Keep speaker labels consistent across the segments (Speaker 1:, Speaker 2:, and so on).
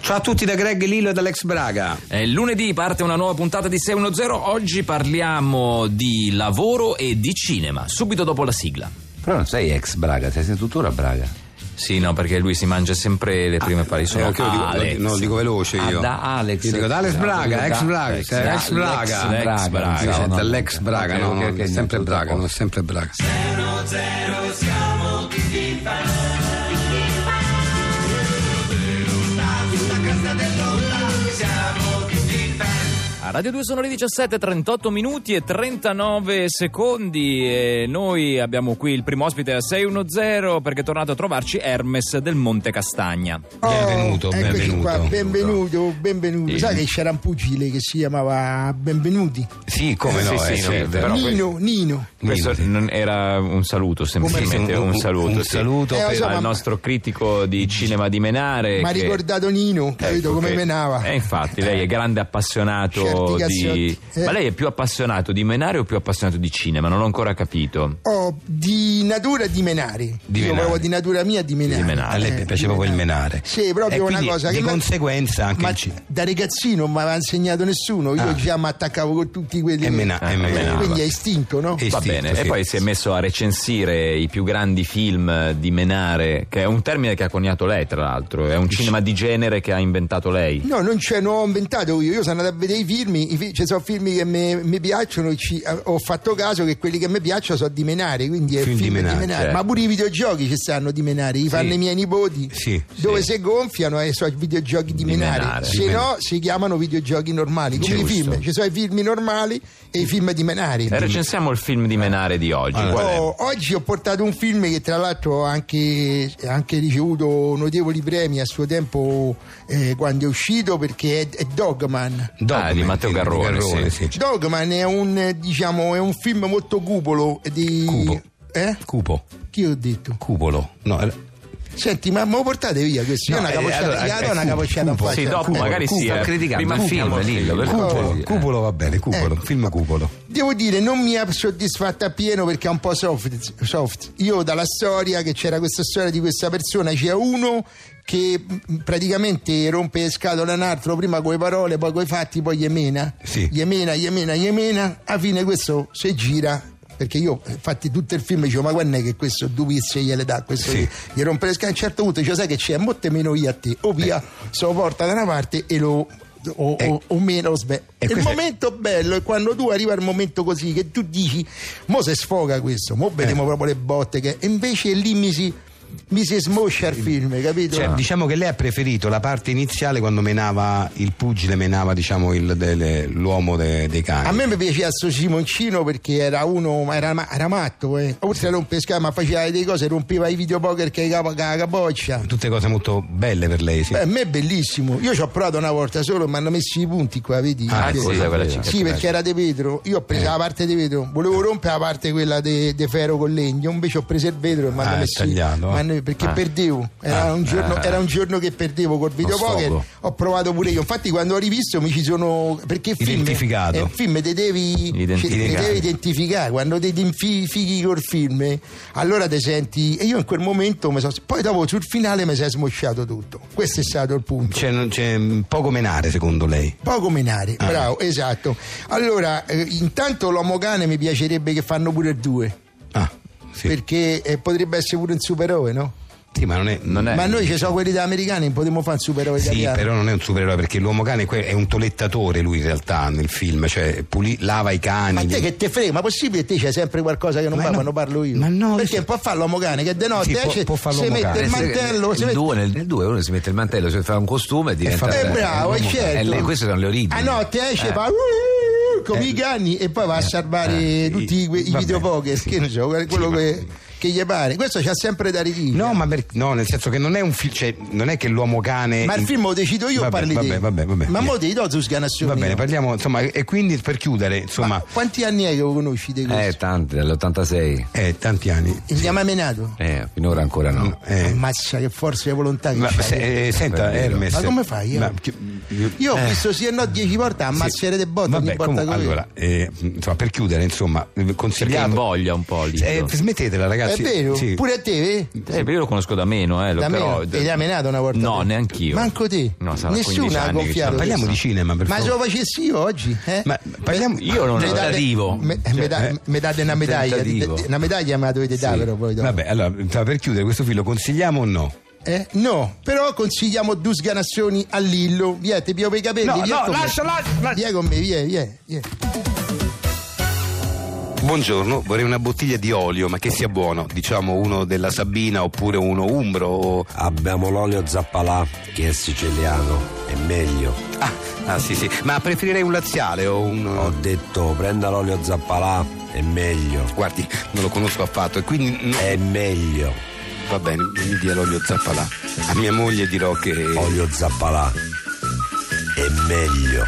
Speaker 1: Ciao a tutti da Greg Lillo e dall'ex Braga.
Speaker 2: Eh, lunedì parte una nuova puntata di 610. Oggi parliamo di lavoro e di cinema, subito dopo la sigla.
Speaker 3: Però non sei ex Braga, sei tuttora a Braga. eh,
Speaker 2: Sì, no, perché lui si mangia sempre le prime pari. Sono
Speaker 1: No, che lo dico- lo
Speaker 2: Alex.
Speaker 1: di- no, lo dico veloce
Speaker 3: Ah,
Speaker 1: io.
Speaker 3: da Alex.
Speaker 1: Io dico da Alex
Speaker 3: No,
Speaker 1: Braga,
Speaker 3: dico
Speaker 1: ex
Speaker 3: da-
Speaker 1: Braga,
Speaker 3: ex-
Speaker 1: sei
Speaker 3: da-
Speaker 1: ex
Speaker 3: l'ex
Speaker 1: Braga.
Speaker 2: Braga.
Speaker 1: L'ex Braga,
Speaker 2: Braga,
Speaker 1: siete
Speaker 3: no, no.
Speaker 1: l'ex Braga,
Speaker 3: Ok,
Speaker 1: no,
Speaker 3: ok, ok,
Speaker 1: è sempre
Speaker 3: tutto
Speaker 1: Braga,
Speaker 3: a posto.
Speaker 1: no, è sempre Braga.
Speaker 2: A Radio 2 sono le 17, 38 minuti e 39 secondi e noi abbiamo qui il primo ospite a 610 perché è tornato a trovarci Hermes del Monte Castagna.
Speaker 1: Benvenuto,
Speaker 4: Oh, eccoci
Speaker 1: benvenuto.
Speaker 4: qua, benvenuto, benvenuto. Sai che c'era un pugile che si chiamava Benvenuti?
Speaker 3: Sì,
Speaker 1: come no, eh,
Speaker 3: sì,
Speaker 1: sì,
Speaker 3: no, certo.
Speaker 1: vero.
Speaker 3: però questo-
Speaker 4: Nino, Nino.
Speaker 5: Questo non era un saluto, semplicemente un, saluto.
Speaker 3: Un
Speaker 5: sì.
Speaker 3: saluto
Speaker 4: Eh, lo
Speaker 3: per...
Speaker 4: so, ma-
Speaker 5: Al nostro critico di cinema di Menare.
Speaker 4: Mi ha
Speaker 5: che-
Speaker 4: ricordato Nino,
Speaker 5: Ecco
Speaker 4: capito come
Speaker 5: che-
Speaker 4: menava.
Speaker 5: Eh, infatti, lei è grande appassionato
Speaker 4: Certi
Speaker 5: di.
Speaker 4: cazzotti. Eh.
Speaker 5: Ma lei è più appassionato di Menare o più appassionato di cinema? Non ho ancora capito.
Speaker 4: Oh, di natura di menare.
Speaker 3: Di
Speaker 4: Io
Speaker 3: menare.
Speaker 4: proprio di natura mia di menare.
Speaker 5: Di menare.
Speaker 3: A lei
Speaker 4: Eh,
Speaker 3: piaceva
Speaker 4: di
Speaker 3: quel menare.
Speaker 4: Sì, proprio
Speaker 3: E
Speaker 4: una
Speaker 3: quindi,
Speaker 4: cosa
Speaker 3: di
Speaker 4: che mi-
Speaker 3: conseguenza anche
Speaker 4: ma
Speaker 3: il cinema.
Speaker 4: da ragazzino non mi aveva insegnato nessuno, io già mi attaccavo con tutti quelli.
Speaker 3: E
Speaker 4: che-
Speaker 3: mena- e
Speaker 4: Eh,
Speaker 3: menava. Esatto.
Speaker 4: Quindi è istinto, no?
Speaker 3: E-
Speaker 5: Va
Speaker 3: Istinto,
Speaker 5: bene,
Speaker 3: sì.
Speaker 5: e poi si è messo a recensire i più grandi film di Menare, che è un termine che ha coniato lei, tra l'altro. È un cinema di genere che ha inventato lei.
Speaker 4: No, non c'è, non ho inventato io. Io sono andato a vedere i film. I fi- ci sono film che mi, mi piacciono. e ci- eh, ho fatto caso che quelli che mi piacciono sono di Menare, quindi è
Speaker 3: Film
Speaker 4: film,
Speaker 3: di
Speaker 4: di
Speaker 3: Menare,
Speaker 5: certo.
Speaker 4: Ma pure i videogiochi ci stanno di Menare, li fanno i miei nipoti.
Speaker 3: Sì,
Speaker 4: dove si gonfiano e sono i videogiochi di,
Speaker 5: Di
Speaker 4: Menare.
Speaker 5: Menare.
Speaker 4: Se no, si chiamano videogiochi normali. Come
Speaker 5: Giusto.
Speaker 4: i film, ci sono i film normali e i film di Menare.
Speaker 5: E recensiamo il film di Menare di oggi. Qual è?
Speaker 4: Oh, oggi ho portato un film che tra l'altro ha anche, ha anche ricevuto notevoli premi a suo tempo eh, quando è uscito perché è, è Dogman.
Speaker 5: Ah, di Matteo
Speaker 3: sì,
Speaker 5: Garrone,
Speaker 3: sì.
Speaker 4: Dogman è un, eh, diciamo, è un film molto cupolo di...
Speaker 3: Cupo.
Speaker 4: Eh?
Speaker 3: Cupo.
Speaker 4: Chi ho detto?
Speaker 3: Cupolo. No, eh,
Speaker 4: Senti, ma me lo portate via questo?
Speaker 3: No,
Speaker 4: Io una
Speaker 3: eh,
Speaker 4: capocciata,
Speaker 3: allora,
Speaker 4: io
Speaker 3: eh,
Speaker 4: do una
Speaker 3: cupo,
Speaker 4: capocciata
Speaker 3: cupo.
Speaker 4: in
Speaker 5: Sì,
Speaker 4: faccia.
Speaker 5: dopo
Speaker 4: Eh,
Speaker 5: magari sì. eh.
Speaker 3: criticando
Speaker 5: Prima film, Lillo, per
Speaker 3: Cupolo,
Speaker 5: favore.
Speaker 3: Cupolo va bene, Cupolo,
Speaker 4: Ecco.
Speaker 3: film Cupolo.
Speaker 4: Devo dire, non mi ha soddisfatta appieno perché è un po' soft, soft. Io dalla storia che c'era questa storia di questa persona, c'è uno che mh, praticamente rompe le scatole a un altro, prima con le parole, poi con i fatti, poi Yemena.
Speaker 3: Sì.
Speaker 4: Yemena, Yemena, Yemena. Alla fine questo si gira. Perché io, infatti, tutto il film dicevo, ma quando è che questo dupizia gliele dà? Questo
Speaker 3: Sì.
Speaker 4: gli, gli rompe le scatole. A un certo punto dice, sai che c'è, molte meno io a te. O via,
Speaker 3: Eh.
Speaker 4: se lo porta da una parte e lo... O, o- o meno lo sve-
Speaker 3: Ecco. e
Speaker 4: il
Speaker 3: questo è-
Speaker 4: momento bello è quando tu arriva al momento così che tu dici mo se sfoga questo mo vediamo proprio le botte che... e invece lì mi si mi si smoscia il film capito?
Speaker 3: Cioè, diciamo che lei ha preferito la parte iniziale quando menava il pugile, menava diciamo il- delle- l'uomo de- dei cani.
Speaker 4: a me mi piaceva sto Simoncino perché era uno ma era, ma- era matto eh. oltre a rompere scala, ma faceva delle cose rompeva i videopoker che cava la capoccia
Speaker 3: Tutte cose molto belle per lei, sì.
Speaker 4: Beh, a me è bellissimo. Io ci ho provato una volta solo, mi hanno messo i punti qua, vedi?
Speaker 3: Ah,
Speaker 4: Perché-
Speaker 3: ecco, sì, Eh. quella
Speaker 4: sì,
Speaker 5: cicatrice.
Speaker 4: perché era De Vetro. Io ho preso la parte di vetro, volevo rompere la parte quella di ferro con legno, invece ho preso il vetro e mi hanno
Speaker 3: Ah, è
Speaker 4: messo. i-
Speaker 3: tagliato, eh. Ah,
Speaker 4: mi hanno- perché perdevo. Era, un giorno, era un giorno che perdevo col videopoker.
Speaker 3: sfogo.
Speaker 4: Ho provato pure io. Infatti, quando ho rivisto mi ci sono. Perché il film,
Speaker 3: Identificato.
Speaker 4: eh, il film te devi,
Speaker 5: Identificare.
Speaker 4: ci- te devi identificare. Quando ti identifichi col film, eh, allora ti senti. E io in quel momento mi sono. Poi dopo sul finale mi si è smosciato tutto. Questo è stato il punto.
Speaker 3: C'è, non- c'è mm, poco menare secondo lei.
Speaker 4: Poco menare,
Speaker 3: Ah.
Speaker 4: bravo, esatto. Allora, eh, intanto l'uomo cane mi piacerebbe che fanno pure il due
Speaker 3: Ah, sì.
Speaker 4: perché eh, potrebbe essere pure un supereroe, no?
Speaker 3: Sì, ma non è...
Speaker 5: Non è-
Speaker 4: Ma noi ci sono quelli da americani, non potremmo fare un supereroe
Speaker 3: Eh. Sì,
Speaker 4: italiano.
Speaker 3: però non è un supereroe perché l'uomo cane que- è un tolettatore lui in realtà nel film, cioè puli- lava i cani.
Speaker 4: Ma te
Speaker 3: gli-
Speaker 4: che te frega, ma possibile che te c'è sempre qualcosa che non
Speaker 3: Ma
Speaker 4: va
Speaker 3: no,
Speaker 4: quando parlo io?
Speaker 3: ma no,
Speaker 4: perché
Speaker 3: io-
Speaker 4: può fare l'uomo cane che de notte
Speaker 3: Sì, può-
Speaker 4: esce,
Speaker 3: può fare
Speaker 4: si
Speaker 3: l'uomo
Speaker 4: mette
Speaker 3: cane.
Speaker 4: il
Speaker 3: Eh, sì,
Speaker 4: mantello, si
Speaker 6: nel,
Speaker 4: mette...
Speaker 6: due, nel, nel due uno si mette il mantello, si fa un costume e diventa.
Speaker 3: fa-
Speaker 4: Eh, bravo, è
Speaker 3: l'uomo cane.
Speaker 4: certo.
Speaker 6: Eh, le- queste sono le origini.
Speaker 4: A notte
Speaker 3: Eh.
Speaker 4: esce, fa uh, uh, uh, come i ganni e poi va a salvare tutti i, i
Speaker 3: Eh. vabbè,
Speaker 4: videopoker, che ne so, quello
Speaker 3: ma-
Speaker 4: che, che gli pare. Questo c'ha sempre da ridire.
Speaker 3: No, ma per- no, nel senso che non è un film, cioè, non è che l'uomo cane...
Speaker 4: Ma il
Speaker 3: in-
Speaker 4: film lo decido io,
Speaker 3: Vabbè,
Speaker 4: parli te.
Speaker 3: vabbè, vabbè, vabbè.
Speaker 4: Ma mo ti do tu sganazioni.
Speaker 3: Va bene,
Speaker 4: no?
Speaker 3: parliamo, insomma, e quindi per chiudere,
Speaker 4: Ma
Speaker 3: insomma,
Speaker 4: quanti anni è che lo conosci di
Speaker 6: Eh,
Speaker 4: questo?
Speaker 6: tanti, dall'86.
Speaker 3: eh, tanti anni.
Speaker 4: Si chiama Menato?
Speaker 6: Eh, finora ancora no.
Speaker 3: Eh,
Speaker 4: Ammazza che forza di volontà che
Speaker 3: ma
Speaker 4: c'hai.
Speaker 3: se- eh, senta,
Speaker 6: vero.
Speaker 3: Hermes.
Speaker 4: Ma come fai, eh?
Speaker 3: Ma chi- io-
Speaker 4: Io ho visto sì e no dieci volte, ammazzere de botte
Speaker 3: Vabbè,
Speaker 4: ogni volta
Speaker 3: comunque,
Speaker 4: che
Speaker 3: allora, eh, insomma, per chiudere, insomma, eh,
Speaker 5: Perché
Speaker 3: consigliamo.
Speaker 5: invoglia un po' lì.
Speaker 3: Eh, smettetela, ragazzi. ragazzi.
Speaker 4: È vero?
Speaker 3: sì.
Speaker 4: Pure a te? eh?
Speaker 5: Eh, io lo conosco da meno, eh, lo-
Speaker 4: Da
Speaker 5: però,
Speaker 4: me e l'ha menato una volta.
Speaker 5: No,
Speaker 4: te.
Speaker 5: neanch'io.
Speaker 4: Manco te.
Speaker 5: No, sarà 15
Speaker 4: Nessuno ha
Speaker 5: anni che
Speaker 4: gonfiato.
Speaker 5: ci
Speaker 3: Parliamo di cinema, per
Speaker 4: Ma se
Speaker 3: favore.
Speaker 4: lo facessi io oggi, eh?
Speaker 3: Ma Cioè, parliamo
Speaker 5: Io non
Speaker 4: Me
Speaker 5: lo
Speaker 4: date-
Speaker 6: tentativo.
Speaker 4: me- me da- me date una medaglia.
Speaker 6: tentativo.
Speaker 4: di- Una medaglia me la dovete dare, però poi. dopo.
Speaker 3: Vabbè, allora, tra- per chiudere questo filo, consigliamo o no?
Speaker 4: Eh? No, però consigliamo due sganassoni a Lillo. Via, ti piove i capelli.
Speaker 3: No,
Speaker 4: via
Speaker 3: no,
Speaker 4: con me.
Speaker 3: lascia, lascia, lascia.
Speaker 4: Via con me, via, via. via.
Speaker 3: Buongiorno, vorrei una bottiglia di olio, ma che sia buono, diciamo uno della Sabina oppure uno Umbro. o-
Speaker 6: Abbiamo l'olio zappalà che è siciliano, è meglio.
Speaker 3: Ah, ah, sì, sì, ma preferirei un laziale o un.
Speaker 4: Oh.
Speaker 6: detto prenda l'olio zappalà, è meglio.
Speaker 3: Guardi, non lo conosco affatto e quindi. no-
Speaker 6: meglio.
Speaker 3: Va bene, mi dia l'olio zappalà. A mia moglie dirò che.
Speaker 6: Olio zappalà, è meglio.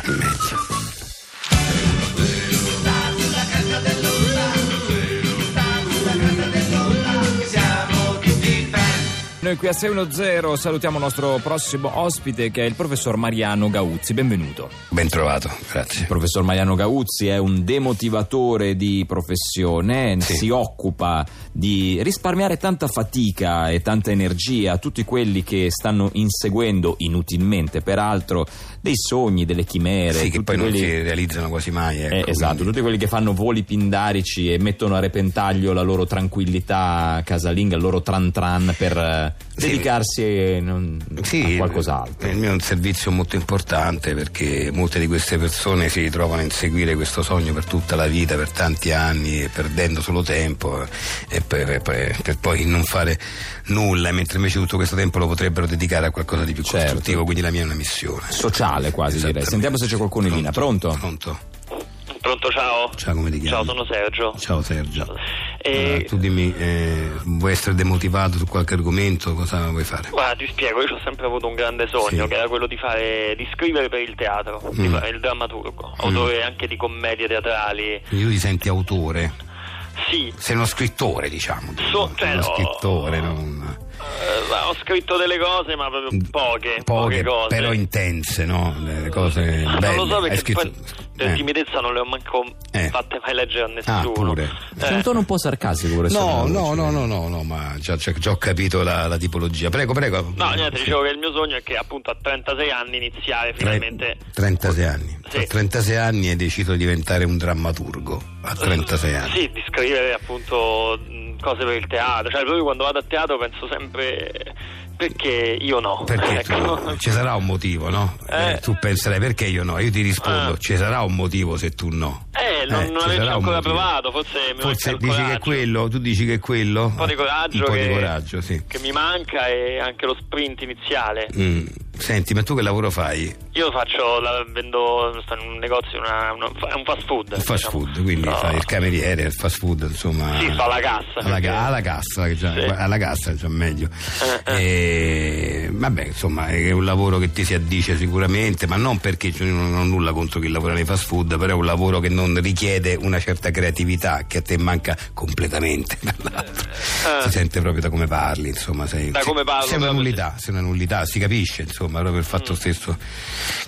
Speaker 2: Noi qui a 610 salutiamo il nostro prossimo ospite che è il professor Mariano Gauzzi. Benvenuto.
Speaker 3: Ben trovato, grazie.
Speaker 2: Il professor Mariano Gauzzi è un demotivatore di professione,
Speaker 3: Sì.
Speaker 2: si occupa di risparmiare tanta fatica e tanta energia a tutti quelli che stanno inseguendo inutilmente, peraltro, dei sogni, delle chimere.
Speaker 3: Sì, che
Speaker 2: tutti
Speaker 3: poi non
Speaker 2: quelli-
Speaker 3: si realizzano quasi mai.
Speaker 2: Eh,
Speaker 3: Ecco,
Speaker 2: esatto,
Speaker 3: quindi-
Speaker 2: tutti quelli che fanno voli pindarici e mettono a repentaglio la loro tranquillità casalinga, il loro tran tran per eh,
Speaker 3: Sì.
Speaker 2: dedicarsi eh, non-
Speaker 3: Sì, Eh.
Speaker 2: a qualcos'altro.
Speaker 3: Il mio è un servizio molto importante perché molte di queste persone si ritrovano a inseguire questo sogno per tutta la vita, per tanti anni, e perdendo solo tempo eh, e per, e per- per poi non fare nulla, mentre invece tutto questo tempo lo potrebbero dedicare a qualcosa di più
Speaker 2: Certo.
Speaker 3: costruttivo, quindi la mia è una missione.
Speaker 2: Sociale quasi direi.
Speaker 3: Esattamente.
Speaker 2: Sentiamo se c'è qualcuno in linea. Pronto?
Speaker 3: Pronto.
Speaker 7: Pronto, ciao.
Speaker 3: Ciao, come ti chiami?
Speaker 7: Ciao, sono Sergio.
Speaker 3: Ciao Sergio.
Speaker 7: Eh,
Speaker 3: Allora, tu dimmi, eh, vuoi essere demotivato su qualche argomento? Cosa vuoi fare?
Speaker 7: Guarda, ti spiego, io ho sempre avuto un grande sogno
Speaker 3: Sì.
Speaker 7: che era quello di fare di scrivere per il teatro, di
Speaker 3: Mm.
Speaker 7: fare il drammaturgo, autore anche di commedie teatrali.
Speaker 3: Quindi tu ti senti autore?
Speaker 7: Sì,
Speaker 3: Sei uno scrittore, diciamo. tu.
Speaker 7: So-
Speaker 3: Sei uno
Speaker 7: cioè, no.
Speaker 3: scrittore, non...
Speaker 7: eh, ma ho scritto delle cose, ma proprio poche, poche, cose.
Speaker 3: Mm. però intense, no? Le cose
Speaker 7: Ma
Speaker 3: belle.
Speaker 7: non lo so
Speaker 3: Hai
Speaker 7: perché
Speaker 3: scritto...
Speaker 7: poi per
Speaker 3: eh.
Speaker 7: timidezza non le ho manco
Speaker 3: Eh.
Speaker 7: fatte mai leggere a
Speaker 3: Ah,
Speaker 7: nessuno. Eh.
Speaker 3: pure.
Speaker 2: C'è un tono un po' sarcastico, professor.
Speaker 3: No,
Speaker 2: Gauzzi.
Speaker 3: no, no, no, no, no, ma già, già- già ho capito la, la tipologia. Prego, prego.
Speaker 7: No, niente, dicevo che il mio sogno è che appunto a 36 anni iniziare
Speaker 3: Tre-
Speaker 7: finalmente
Speaker 3: 36 anni.
Speaker 7: Sì.
Speaker 3: A 36 anni hai deciso di diventare un drammaturgo. A 36 anni.
Speaker 7: Sì, di scrivere appunto mh, cose per il teatro. Cioè, proprio quando vado a teatro penso sempre eh, perché io no.
Speaker 3: Perché
Speaker 7: Ecco.
Speaker 3: tu, ci sarà un motivo, no?
Speaker 7: Eh.
Speaker 3: Eh, tu penserai perché io no? Io ti rispondo,
Speaker 7: Ah.
Speaker 3: ci sarà un motivo se tu no.
Speaker 7: Eh, non- non
Speaker 3: ci
Speaker 7: averci
Speaker 3: sarà un
Speaker 7: ancora
Speaker 3: motivo.
Speaker 7: provato, forse mi manca
Speaker 3: Forse
Speaker 7: il
Speaker 3: dici che è
Speaker 7: coraggio.
Speaker 3: quello, tu dici che è quello.
Speaker 7: Un po' di coraggio,
Speaker 3: Un po'
Speaker 7: che,
Speaker 3: di coraggio, sì.
Speaker 7: che mi manca e anche lo sprint iniziale.
Speaker 3: Mm, Senti, ma tu che lavoro fai?
Speaker 7: Io faccio, la, vendo sto in un negozio, una, una- è un fast food.
Speaker 3: Il fast
Speaker 7: diciamo.
Speaker 3: food, quindi
Speaker 7: No.
Speaker 3: fai il cameriere, il fast food, insomma.
Speaker 7: Sì, fa la cassa.
Speaker 3: Alla, ca- alla cassa, che già-
Speaker 7: Sì. Eh,
Speaker 3: alla cassa, già meglio. E, vabbè, insomma, è un lavoro che ti si addice sicuramente, ma non perché cioè, io non ho nulla contro chi lavora nei fast food, però è un lavoro che non richiede una certa creatività che a te manca completamente. tra l'altro.
Speaker 7: Eh.
Speaker 3: Si sente proprio da come parli, insomma, sei,
Speaker 7: Da come parlo,
Speaker 3: sei una
Speaker 7: da- Mm.
Speaker 3: nullità, sei una nullità, si capisce, insomma, proprio il fatto stesso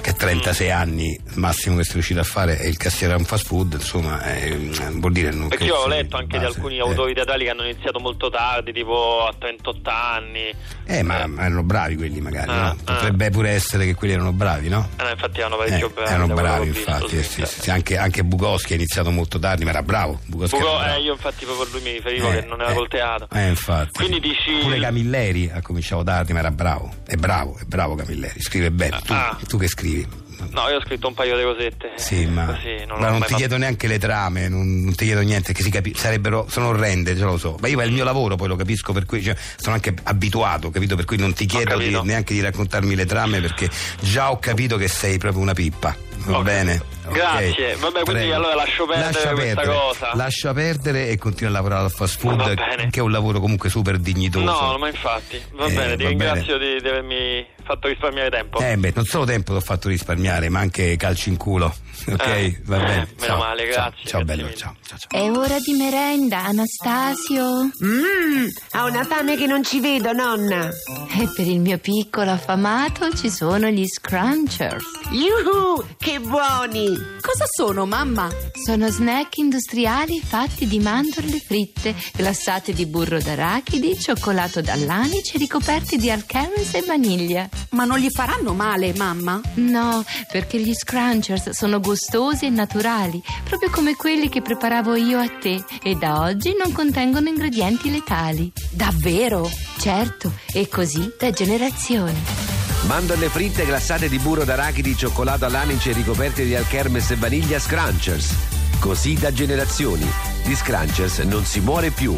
Speaker 3: che a 36 anni il massimo che sei riuscito a fare è il cassiere a un fast food, insomma, è- eh, vuol dire non
Speaker 7: Perché
Speaker 3: che
Speaker 7: io ho
Speaker 3: sei
Speaker 7: letto anche di
Speaker 3: base,
Speaker 7: alcuni
Speaker 3: eh.
Speaker 7: autori teatrali che hanno iniziato molto tardi, tipo a 38 anni.
Speaker 3: Eh, ma, ma erano bravi quelli magari,
Speaker 7: Ah,
Speaker 3: no?
Speaker 7: ah.
Speaker 3: Potrebbe pure essere che quelli erano bravi, no?
Speaker 7: Eh, no, infatti erano parecchio
Speaker 3: Eh,
Speaker 7: bravi.
Speaker 3: erano
Speaker 7: da quello
Speaker 3: bravi,
Speaker 7: che ho visto,
Speaker 3: infatti. eh,
Speaker 7: sì,
Speaker 3: sì,
Speaker 7: sì.
Speaker 3: sì, sì. Anche, anche Bukowski ha iniziato molto tardi, ma era bravo. Bukowski
Speaker 7: Buco-
Speaker 3: era bravo.
Speaker 7: eh, io infatti proprio a lui mi riferivo
Speaker 3: Eh,
Speaker 7: che non era
Speaker 3: eh,
Speaker 7: col teatro.
Speaker 3: Eh, infatti.
Speaker 7: Quindi dici-
Speaker 3: Pure Camilleri ha cominciato tardi, ma era bravo. È bravo, è bravo Camilleri. Scrive bene. Tu,
Speaker 7: Ah.
Speaker 3: tu che scrivi?
Speaker 7: No, io ho scritto un paio di cosette.
Speaker 3: Sì, ma
Speaker 7: Così, non,
Speaker 3: ma non
Speaker 7: l'ho mai
Speaker 3: ti
Speaker 7: fatto.
Speaker 3: chiedo neanche le trame, non, non ti chiedo niente, che si capi- sarebbero, sono orrende, ce lo so. Ma io è il mio lavoro, poi lo capisco per cui cioè, sono anche abituato, capito? Per cui non ti chiedo di-
Speaker 7: capito.
Speaker 3: neanche di raccontarmi le trame perché già ho capito che sei proprio una pippa. Va
Speaker 7: Ho
Speaker 3: bene?
Speaker 7: capito. Grazie.
Speaker 3: Ok.
Speaker 7: Vabbè, quindi allora lascio perdere questa cosa.
Speaker 3: Lascia perdere e continua a lavorare al fast food,
Speaker 7: Va bene.
Speaker 3: che è un lavoro comunque super dignitoso.
Speaker 7: No, ma infatti, va
Speaker 3: Eh,
Speaker 7: bene, ti
Speaker 3: va
Speaker 7: ringrazio di, di avermi fatto risparmiare tempo.
Speaker 3: Eh beh, non solo tempo l'ho fatto risparmiare, ma anche calci in culo. Ok,
Speaker 7: Eh,
Speaker 3: va bene.
Speaker 7: meno male, grazie,
Speaker 3: Ciao, ciao
Speaker 7: grazie
Speaker 3: bello,
Speaker 7: mille.
Speaker 3: ciao, ciao, ciao.
Speaker 8: È ora di merenda, Anastasio.
Speaker 9: Mmm, ha una fame che non ci vedo, nonna.
Speaker 8: E per il mio piccolo affamato ci sono gli scrunchers.
Speaker 9: Yuhu, che buoni! Sì. Cosa sono, mamma?
Speaker 8: Sono snack industriali fatti di mandorle fritte, glassate di burro d'arachidi, cioccolato d'allanice, ricoperti di alcarones e vaniglia.
Speaker 9: Ma non gli faranno male, mamma?
Speaker 8: No, perché gli scrunchers sono gustosi e naturali, proprio come quelli che preparavo io a te e da oggi non contengono ingredienti letali.
Speaker 9: Davvero?
Speaker 8: Certo, e così da generazione.
Speaker 10: Mandorle fritte glassate di burro d'arachidi, cioccolato all'anice ricoperte di alchermes e vaniglia Scrunchers. Così da generazioni. Di Scrunchers non si muore più.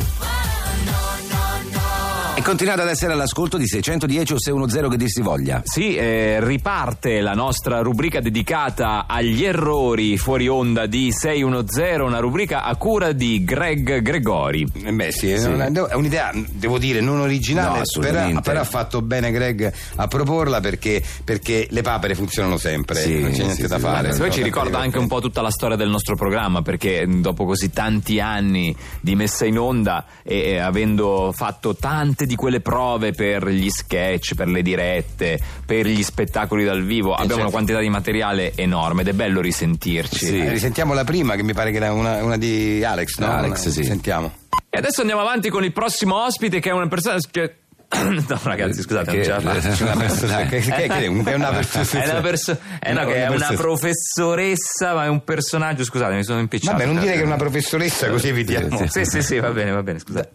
Speaker 10: E continuate ad essere all'ascolto di 610 o 610 che dir si voglia.
Speaker 2: Sì, eh, riparte la nostra rubrica dedicata agli errori fuori onda di 610, una rubrica a cura di Greg Gregori.
Speaker 5: Eh Beh, sì, è
Speaker 2: Sì.
Speaker 5: una- è un'idea, devo dire, non
Speaker 10: No,
Speaker 5: originale,
Speaker 10: assolutamente.
Speaker 5: però, però ha fatto bene Greg a proporla perché, perché le papere funzionano sempre,
Speaker 10: Sì,
Speaker 5: non c'è niente
Speaker 10: sì,
Speaker 5: da
Speaker 10: sì,
Speaker 5: fare.
Speaker 2: Poi
Speaker 10: guarda,
Speaker 5: No,
Speaker 2: ci
Speaker 5: tante
Speaker 2: ricorda
Speaker 5: volte.
Speaker 2: anche un po' tutta la storia del nostro programma, perché mh, dopo così tanti anni di messa in onda e eh, avendo fatto tante di quelle prove per gli sketch, per le dirette, per gli spettacoli dal vivo, abbiamo
Speaker 5: certo.
Speaker 2: una quantità di materiale enorme ed è bello risentirci.
Speaker 5: Eh, risentiamo la prima che mi pare che era una, una di Alex, no?
Speaker 10: Alex,
Speaker 5: Una-
Speaker 10: sì.
Speaker 5: Sentiamo.
Speaker 2: E adesso andiamo avanti con il prossimo ospite che è una persona che... No ragazzi scusate
Speaker 10: Che-
Speaker 2: non ce la faccio.
Speaker 5: Eh, Una persona- che- che- che- che- è una perso-
Speaker 2: È una perso- è una-
Speaker 5: No,
Speaker 2: è
Speaker 5: una
Speaker 2: una
Speaker 5: perso-
Speaker 2: professoressa ma è un personaggio scusate mi sono impicciato
Speaker 5: Vabbè, non dire che è una professoressa, così evitiamo.
Speaker 2: Sì sì sì va bene va bene scusate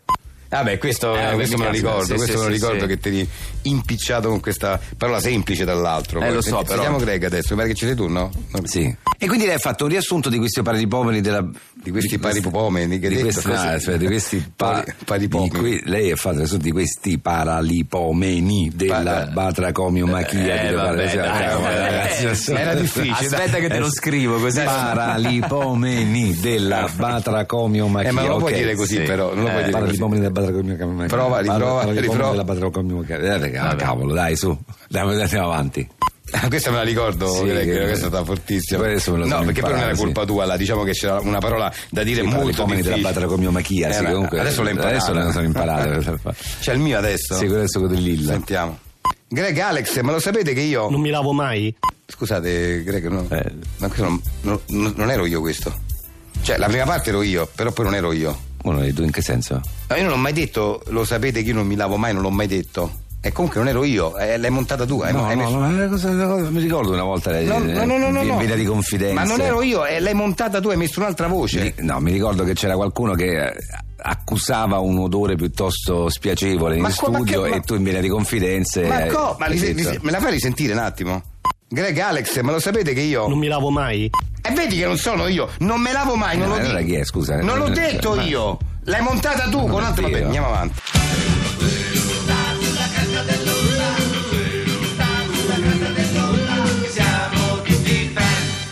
Speaker 5: Vabbè, questo,
Speaker 2: Eh,
Speaker 5: questo me lo
Speaker 2: mi piace,
Speaker 5: ricordo,
Speaker 2: sì,
Speaker 5: questo
Speaker 2: sì,
Speaker 5: me lo
Speaker 2: sì,
Speaker 5: ricordo
Speaker 2: sì.
Speaker 5: che ti eri impicciato con questa parola semplice dall'altro.
Speaker 2: Eh,
Speaker 5: Poi,
Speaker 2: lo so,
Speaker 5: senti-
Speaker 2: però-
Speaker 5: Sentiamo Greg adesso, mi pare che ci sei tu, no? No.
Speaker 10: Sì. E quindi lei ha fatto un riassunto di questi paripomeni della.
Speaker 5: Di questi paripomeni che hai
Speaker 10: di
Speaker 5: detto,
Speaker 10: questi, no,
Speaker 5: così.
Speaker 10: aspetta, di questi pa-
Speaker 5: Pari- paripomeni.
Speaker 10: di qui- lei ha fatto il riassunto di questi paralipomeni della
Speaker 5: Pa-
Speaker 10: batracomiomachiachi.
Speaker 2: Eh,
Speaker 10: di cioè,
Speaker 2: vabbè, dai,
Speaker 5: Eh,
Speaker 2: dai, dai.
Speaker 5: Era difficile,
Speaker 2: aspetta
Speaker 5: dai.
Speaker 2: che te lo scrivo così
Speaker 10: Paralipomeni della batracomiomachiachi.
Speaker 5: Eh, ma non lo puoi dire così,
Speaker 10: sì.
Speaker 5: però, non lo puoi dire
Speaker 10: Paralipomeni della batracomiomachiachi.
Speaker 5: Prova, riprova,
Speaker 10: Paralipomeni
Speaker 5: riprova.
Speaker 10: della batracomiomachiachi. Eh, raga, Cavolo, dai, su, dai, andiamo avanti.
Speaker 5: Questa Ah, me la ricordo,
Speaker 10: Sì,
Speaker 5: Greg,
Speaker 10: che-
Speaker 5: questa è stata fortissima.
Speaker 10: Poi adesso me la
Speaker 5: no,
Speaker 10: sono
Speaker 5: perché poi non era
Speaker 10: imparata,
Speaker 5: colpa tua, là, diciamo che c'era una parola da dire
Speaker 10: Sì,
Speaker 5: molto
Speaker 10: paralipomeni
Speaker 5: difficile.
Speaker 10: della batracomiomachia, sì,
Speaker 5: Eh, ma
Speaker 10: comunque,
Speaker 5: Adesso l'ho imparata.
Speaker 10: adesso la sono imparata.
Speaker 5: C'è il mio adesso?
Speaker 10: Sì, quello adesso con il cioè, Lilla.
Speaker 5: Sentiamo. Greg, Alex, ma lo sapete che io...
Speaker 11: Non mi lavo mai?
Speaker 5: Scusate, Greg, no.
Speaker 10: Eh.
Speaker 5: ma questo non, non- non ero io questo. Cioè, la prima parte ero io, però poi non ero io.
Speaker 10: Uno dei due in che senso?
Speaker 5: Ma io non l'ho mai detto, lo sapete che io non mi lavo mai, non l'ho mai detto. E comunque non ero io, eh, l'hai montata tu. hai-
Speaker 10: No,
Speaker 5: hai
Speaker 10: no,
Speaker 5: messo-
Speaker 10: no, ma è una cosa- una cosa- mi ricordo una volta lei,
Speaker 5: No,
Speaker 10: eh,
Speaker 5: no, no, no, no,
Speaker 10: in
Speaker 5: no.
Speaker 10: vena di confidenza.
Speaker 5: Ma non ero io, eh, l'hai montata tu, hai messo un'altra voce.
Speaker 10: Mi- no, mi ricordo che c'era qualcuno che eh, accusava un odore piuttosto spiacevole in
Speaker 5: Ma qua- ma
Speaker 10: studio
Speaker 5: che- ma-
Speaker 10: e tu in vena di confidenze.
Speaker 5: ma
Speaker 10: eh,
Speaker 5: co- ma
Speaker 10: hai
Speaker 5: li- li-
Speaker 10: detto-
Speaker 5: me la fai risentire un attimo? Greg Alex, ma lo sapete che io.
Speaker 11: Non mi lavo mai?
Speaker 5: E vedi che non sono io, non me lavo mai, non
Speaker 10: No,
Speaker 5: lo
Speaker 10: allora
Speaker 5: dico.
Speaker 10: chi è, scusa?
Speaker 5: Non l'ho
Speaker 10: Eh,
Speaker 5: detto
Speaker 10: ma-
Speaker 5: io. L'hai montata tu con
Speaker 10: è
Speaker 5: altro. Vabbè,
Speaker 10: vero.
Speaker 5: andiamo avanti.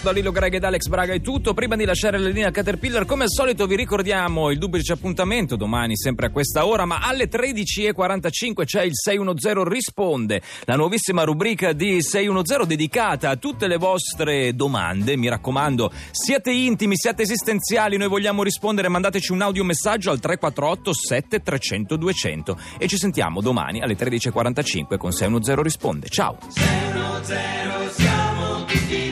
Speaker 12: Da Lillo Greg ed Alex Braga è tutto. Prima di lasciare la linea a Caterpillar, come al solito vi ricordiamo il duplice appuntamento domani, sempre a questa ora, ma alle 13.45 c'è il 610 Risponde, la nuovissima rubrica di 610 dedicata a tutte le vostre domande. Mi raccomando, siate intimi, siate esistenziali, noi vogliamo rispondere. Mandateci un audiomessaggio al 348 7300 200 e ci sentiamo domani alle 13.45 con 610 Risponde. Ciao!
Speaker 13: 610 siamo tutti